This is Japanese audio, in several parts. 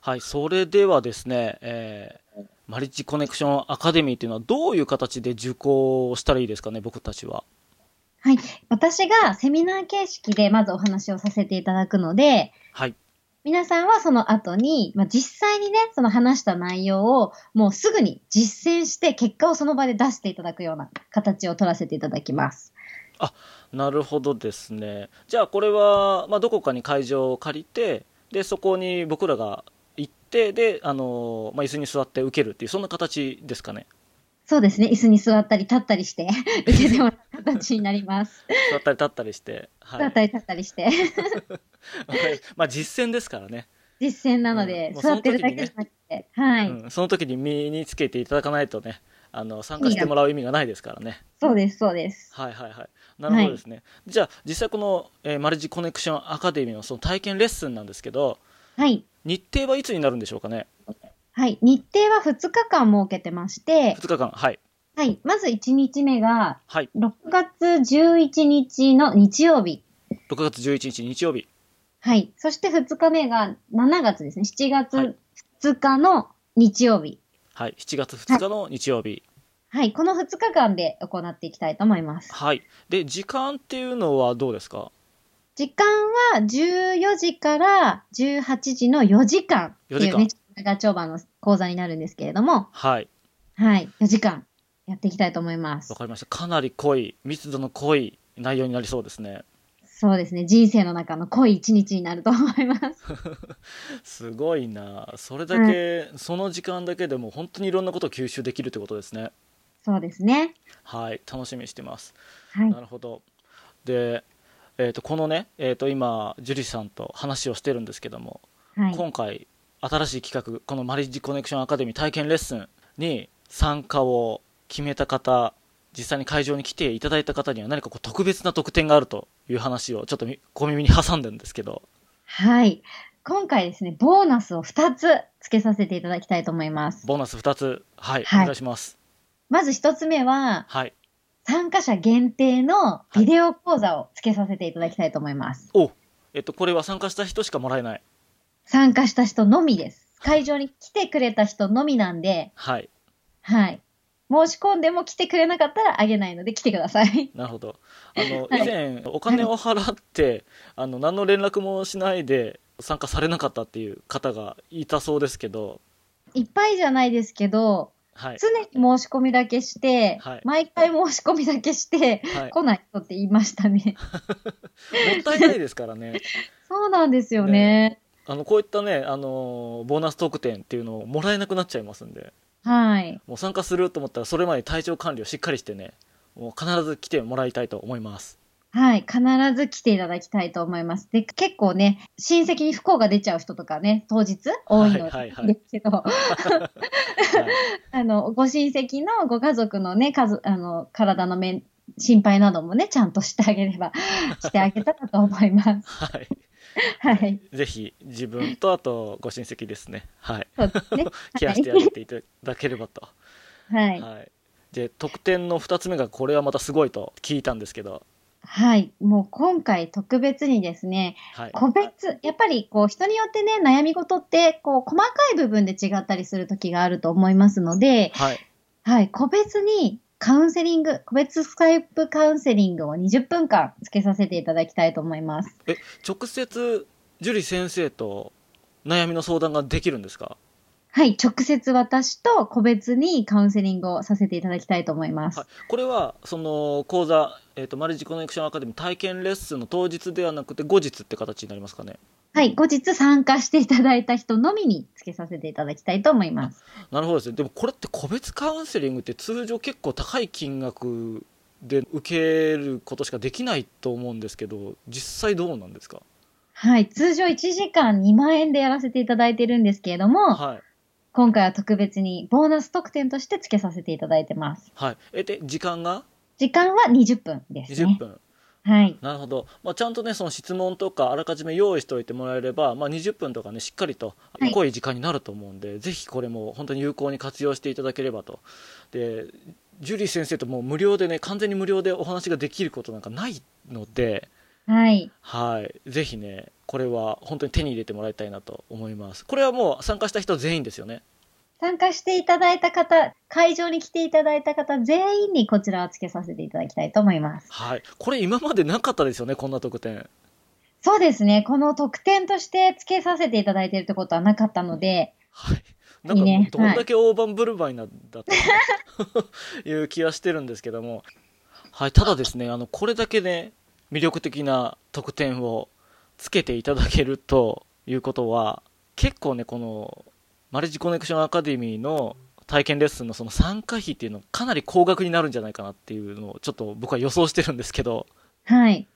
はい、それではですね、えー、マリッジコネクションアカデミーというのはどういう形で受講をしたらいいですかね、僕たちは。はい。私がセミナー形式でまずお話をさせていただくので、はい。皆さんはその後に、まあ、実際にね、その話した内容をもうすぐに実践して結果をその場で出していただくような形を取らせていただきます。なるほどですね。じゃあこれは、まあ、どこかに会場を借りて、で、そこに僕らが行って、で、あのーまあ、椅子に座って受けるっていう、そんな形ですかね。そうですね。椅子に座ったり立った りして、受けてもらう形になります。座ったり立ったりして。はい。座ったり立ったりして、まあ、実践ですからね。実践なので、うんもうそ座のってるだけじゃなくて、はい、うん、その時に身につけていただかないとね、あの、参加してもらう意味がないですからね。そうです、そうです。はいはいはい。なるほどですね。じゃあ、実際この、えーマルチコネクションアカデミーのその体験レッスンなんですけど、はい。日程はいつになるんでしょうかね。はい。日程は2日間設けてまして、 2日間。はい。はい。まず1日目が、はい。 6月11日の日曜日。 6月11日日曜日。はい。そして2日目が7月ですね。7はい月2日の日曜日。はい。7月2日の日曜日。はい。この2日間で行っていきたいと思います。はい。で、時間っていうのはどうですか時間は14時から18時の4時間って4時いう間めちゃ長丁場の講座になるんですけれども、はい。はい。4時間やっていきたいと思いますわ。かりました。かなり濃い、密度の濃い内容になりそうですね。そうですね。人生の中の濃い一日になると思います。すごいな。それだけ、その時間だけでも本当にいろんなことを吸収できるってことですね。そうですね。はい。楽しみにしてます。はいな。るほど。で、えー、とこのね、えー、と今、樹里さんと話をしてるんですけども、はい。今回、新しい企画、このマリッジコネクションアカデミー体験レッスンに参加を決めた方、実際に会場に来ていただいた方には何かこう特別な特典があるという話をちょっとみ小耳に挟んでるんですけど、はい。今回ですね、ボーナスを2つ付けさせていただきたいと思います。ボーナス2つ、はい、はいお願いします。まず1つ目は、はい。参加者限定のビデオ講座を付けさせていただきたいと思います。おえっ、と、これは参加した人しかもらえない。参加した人のみです。会場に来てくれた人のみなんで、はい。はい。申し込んでも来てくれなかったらあげないので来てください。 なるほど。あの、はい以前、お金を払って、あの、何の連絡もしないで参加されなかったっていう方がいたそうですけど、いっぱいじゃないですけど、はい。常に申し込みだけして、はい毎回申し込みだけして、はい、も来ない人って言いましたね。ったいないですからね。そうなんですよね。あの、こういったね、あの、ボーナス特典っていうのをもらえなくなっちゃいますんで、はい。もう参加すると思ったら、それまで体調管理をしっかりしてね、もう必ず来てもらいたいと思います。はい。必ず来ていただきたいと思います。で、結構ね、親戚に不幸が出ちゃう人とかね、当日多いのはいはいはいですけど、 はい。あの、ご親戚のご家族のね、家族、あの、体の面、心配などもね、ちゃんとしてあげ れば、してあげたらと思います。はいはい。ぜひ、自分と、あと、ご親戚ですね。はい。そうです ね。ケアしてあげていただければと。はい。はい、で特典の2つ目がこれはまたすごいと聞いたんですけど、はい。もう今回特別にですね、はい、個別、やっぱりこう人によってね、悩み事って、こう細かい部分で違ったりする時があると思いますので、はい、はい、個別にカウンセリング、個別スカイプカウンセリングを20分間つけさせていただきたいと思います。え直接樹里先生と悩みの相談ができるんですか、はい、直接私と個別にカウンセリングをさせていただきたいと思います。はい、これはその講座、えーと「マルチコネクションアカデミー」体験レッスンの当日ではなくて後日って形になりますかねはい、後日参加していただいた人のみにつけさせていただきたいと思います。なるほどですねでもこれって個別カウンセリングって通常結構高い金額で受けることしかできないと思うんですけど実際どうなんですかはい、通常1時間2万円でやらせていただいてるんですけれども、はい、今回は特別にボーナス特典としてつけさせていただいてます。はい、えで時間が時間は20分です20ね。分、はい、なるほど、まあ、ちゃんとねその質問とかあらかじめ用意しておいてもらえれば、まあ、20分とかねしっかりとはい濃い時間になると思うんで、ぜひこれも本当に有効に活用していただければとでジュリー先生ともう無料でね完全に無料でお話ができることなんかないのではい。はい。ぜひね、これは本当に手に入れてもらいたいなと思います。これはもう参加した人全員ですよね。参加していただいた方、会場に来ていただいた方全員にこちらをつけさせていただきたいと思います。はい。これ今までなかったですよね、こんな特典。そうですね。この特典としてつけさせていただいているってことはなかったので、はい。ないいんねか、どんだけ大盤振る舞いなんだったという気はして るんですけども。はい。ただですね、あの、これだけね、魅力的な特典をつけていただけるということは、結構ね、この、マルチコネクションアカデミーの体験レッスンのその参加費っていうのがかなり高額になるんじゃないかなっていうのをちょっと僕は予想してるんですけど、はい。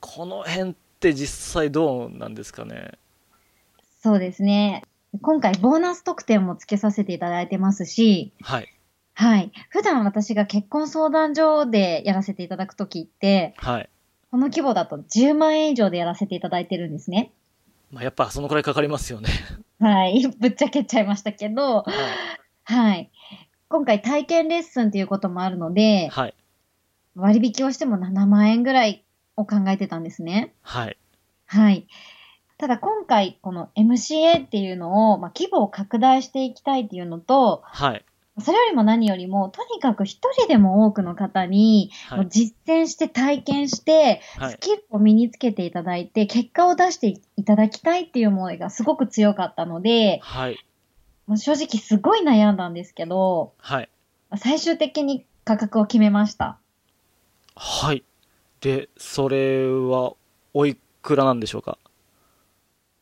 この辺って実際どうなんですかね。そうですね。今回ボーナス特典もつけさせていただいてますし、はい。はい。普段私が結婚相談所でやらせていただくときって、はい。この規模だと10万円以上でやらせていただいてるんですね。まあ、やっぱそのくらいかかりますよね。はい。 ぶっちゃけちゃいましたけど、はいはい。今回体験レッスンということもあるので、はい。割引をしても7万円ぐらいを考えてたんですね。はい。はい。ただ今回、この MCA っていうのを、まあ、規模を拡大していきたいっていうのと、はい。それよりも何よりも、とにかく一人でも多くの方に、はもうい。実践して体験して、はスい。キルを身につけていただいて、結果を出していただきたいっていう思いがすごく強かったので、はい。まあ正直すごい悩んだんですけど、はい。最終的に価格を決めました。はい。で、それは、おいくらなんでしょうか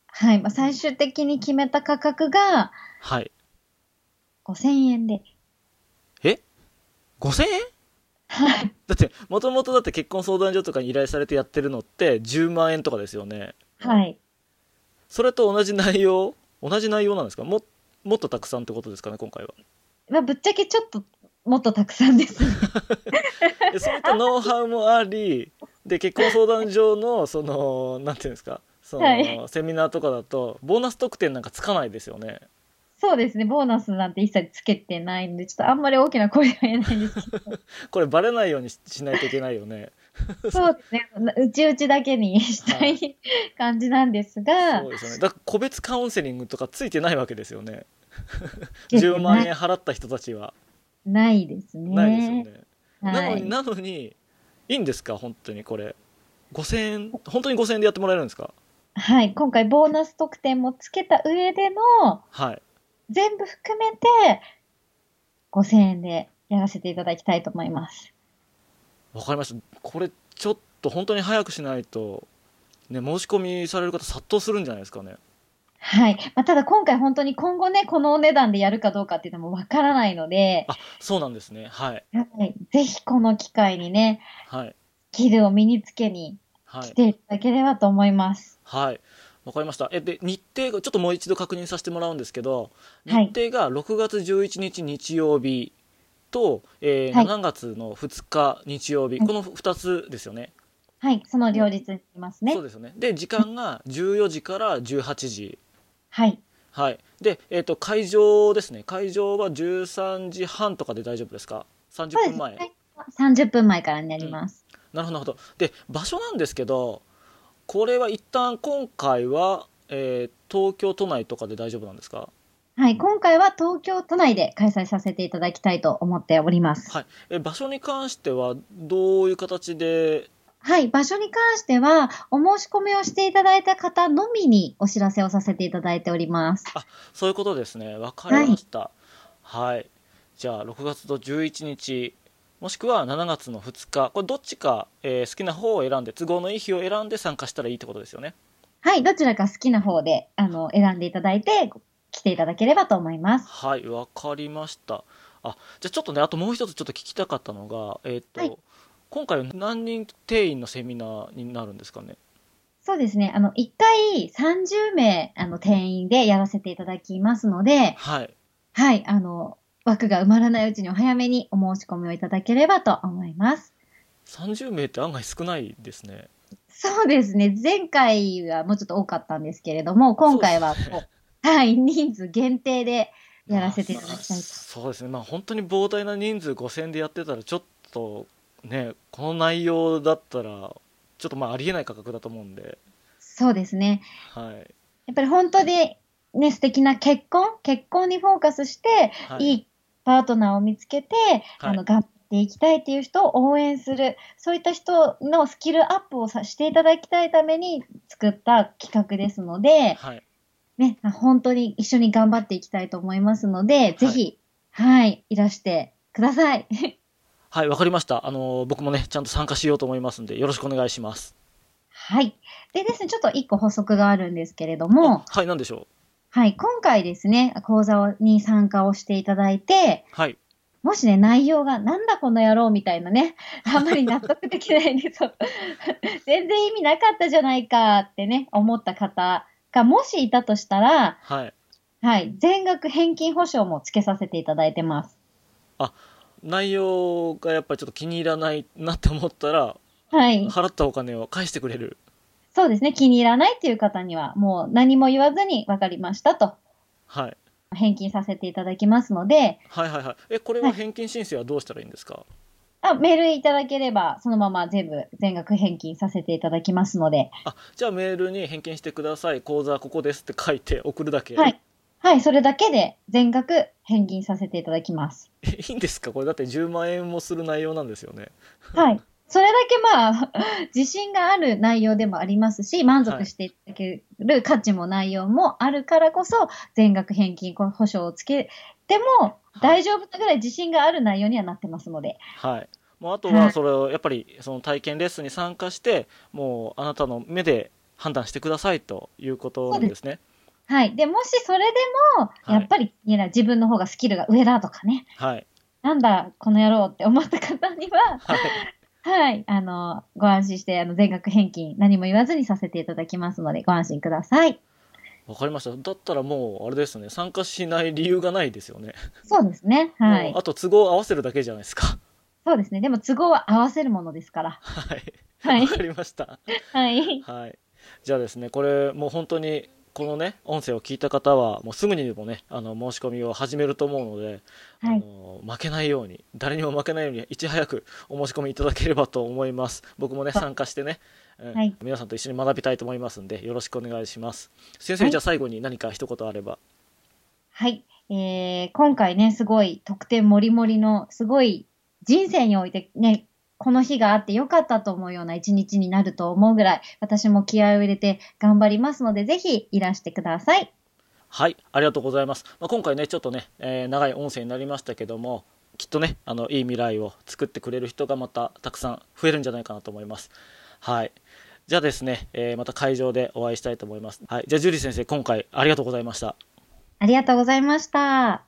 はい。まあ、最終的に決めた価格がはい。 5000円で。 5000円はい。だって、もともとだって結婚相談所とかに依頼されてやってるのって10万円とかですよね。はい。それと同じ内容同じ内容なんですかも、もっとたくさんってことですかね、今回は。まあ、ぶっちゃけちょっと、もっとたくさんです。 でそういったノウハウもあり、で、結婚相談所の、その、なんていうんですか、その、はいセミナーとかだと、ボーナス特典なんかつかないですよね。そうですね。ボーナスなんて一切つけてないんで、ちょっとあんまり大きな声は言えないん ですけこれバレないようにししないといけないよね。ど、そうですね。うちうちだけにしたはい感じなんですがそう、ですよね。だから個別カウンセリングとかついてないわけですよね。 つけてな10い万円払った人たちはないですね。ないですよね。なはのいに、なのに、いいんですか本当にこれ。5000円、本当に5000円でやってもらえるんですかはい。今回、ボーナス特典もつけた上での、はい。全部含めて、5000円でやらせていただきたいと思います。わかりました。これ、ちょっと本当に早くしないと、ね、申し込みされる方殺到するんじゃないですかね。はい。まあ、ただ今回本当に今後ね、このお値段でやるかどうかっていうのもわからないので、あ、そうなんですね。はい。はい、ぜひこの機会にね、はい。スキルを身につけには来い。ていただければと思います。はい。わかりました。え、で、日程が、ちょっともう一度確認させてもらうんですけど、はい日程が6月11日日曜日と、えーはい7月の2日日曜日、はいこの2つですよね。はい、その両立にしますねそう。ですよね。で、時間が14時から18時。はい。はい。で、えっ、と、会場ですね。会場は13時半とかで大丈夫ですか ?30 そう分です前。ね。30分前からになります。なるほど、なるほど。で、場所なんですけど、これは一旦今回は、えー東京都内とかで大丈夫なんですかはい、今回は東京都内で開催させていただきたいと思っております。はい、え場所に関してはどういう形ではい、場所に関しては、お申し込みをしていただいた方のみにお知らせをさせていただいております。そういうことですね分かりましたはい、じゃあ6月と11日もしくは7月の2日これどっちか、えー好きな方を選んで都合のいい日を選んで参加したらいいってことですよねはい、どちらか好きな方で、あの、選んでいただいて、来ていただければと思います。はい分かりましたあじゃあちょっとねあともう一つちょっと聞きたかったのがえっ、と、はい今回は何人定員のセミナーになるんですかねそうですね、あの、1回30名、あの、定員でやらせていただきますので、はいはい、あの、枠が埋まらないうちにお早めにお申し込みをいただければと思います。 30名って案外少ないですねそうですね。前回はもうちょっと多かったんですけれども、今回はこう、はい、人数限定でやらせていただきたまあいと。そうですね、まあ、本当に膨大な人数5000でやってたらちょっとねこの内容だったらちちょっとまあありえない価格だと思うんで、そうですね。はい。やっぱり本当にね、素敵な結婚結婚にフォーカスして、、はいいパートナーを見つけて、はいあの、頑張っていきたいっていう人を応援する、そういった人のスキルアップをさしていただきたいために作った企画ですので、はい。ね、あ本当に一緒に頑張っていきたいと思いますので、ぜひ、はい、いらしてください。 はい、わかりました。あのー僕もね、ちゃんと参加しようと思いますんで、よろしくお願いします。はい。でですね、ちょっと一個補足があるんですけれども、あはい、なんでしょはい、今回ですね、講座に参加をしていただいて、う。はい。もしね、内容がなんだこの野郎みたいなね、 あんまり納得できないね、 そう。全然意味なかったじゃないかってね、思った方がもしいたとしたら、はい。はい、全額返金保証もつけさせていただいてます。内容がやっぱりちょっと気に入らないなって思ったら、はい。払ったお金を返してくれる。そうですね、気に入らないっていう方には、もう何も言わずに分かりましたと、はい。返金させていただきますので、はいはいはい。え、これははい返金申請はどうしたらいいんですかあメールいただければ、そのまま全部全額返金させていただきますので、あ、じゃあメールに返金してください。口座はここですって書いて送るだけ。はい。はい、それだけで全額返金させていただきます。えいいんですかこれだって10万円もする内容なんですよね。はい。それだけまあ、自信がある内容でもありますし、満足していただける価値も内容もあるからこそ、全額返金保証をつけても大丈夫なぐらい自信がある内容にはなってますので。はい。もうあとははいそれをやっぱりその体験レッスンに参加して、もうあなたの目で判断してくださいということなんですね。はい。で、もしそれでも、はいやっぱり、いや自分の方がスキルが上だとかね、はい。なんだ、この野郎って思った方には、はい。はい。あの、ご安心して、あの、全額返金、何も言わずにさせていただきますので、ご安心ください。わかりました。だったらもうあれですね。参加しない理由がないですよね。そうですね。はいもう。あと都合を合わせるだけじゃないですか。そうですね。でも、都合は合わせるもので すから。はい。はいわかりました。はい。はい。じゃあですね、これもう本当にこのね、音声を聞いた方は、もうすぐにでもね、あの、申し込みを始めると思うので、はあい。の負けないように誰にも負けないようにいち早くお申し込みいただければと思います僕もね参加してね、うんはい皆さんと一緒に学びたいと思いますんでよろしくお願いします先生、はいじゃあ最後に何か一言あればはい。えー、今回ね、すごい特典もりもりの、すごい人生においてね、この日があってよかったと思うような一日になると思うぐらい、私も気合を入れて頑張りますので、ぜひいらしてください。はいありがとうございます、まあ、今回ねちょっとね、えー長い音声になりましたけどもきっとねあのいい未来を作ってくれる人がまたたくさん増えるんじゃないかなと思いますはいじゃあですね、えーまた会場でお会いしたいと思いますはいじゃあジュリー先生今回ありがとうございましたありがとうございました。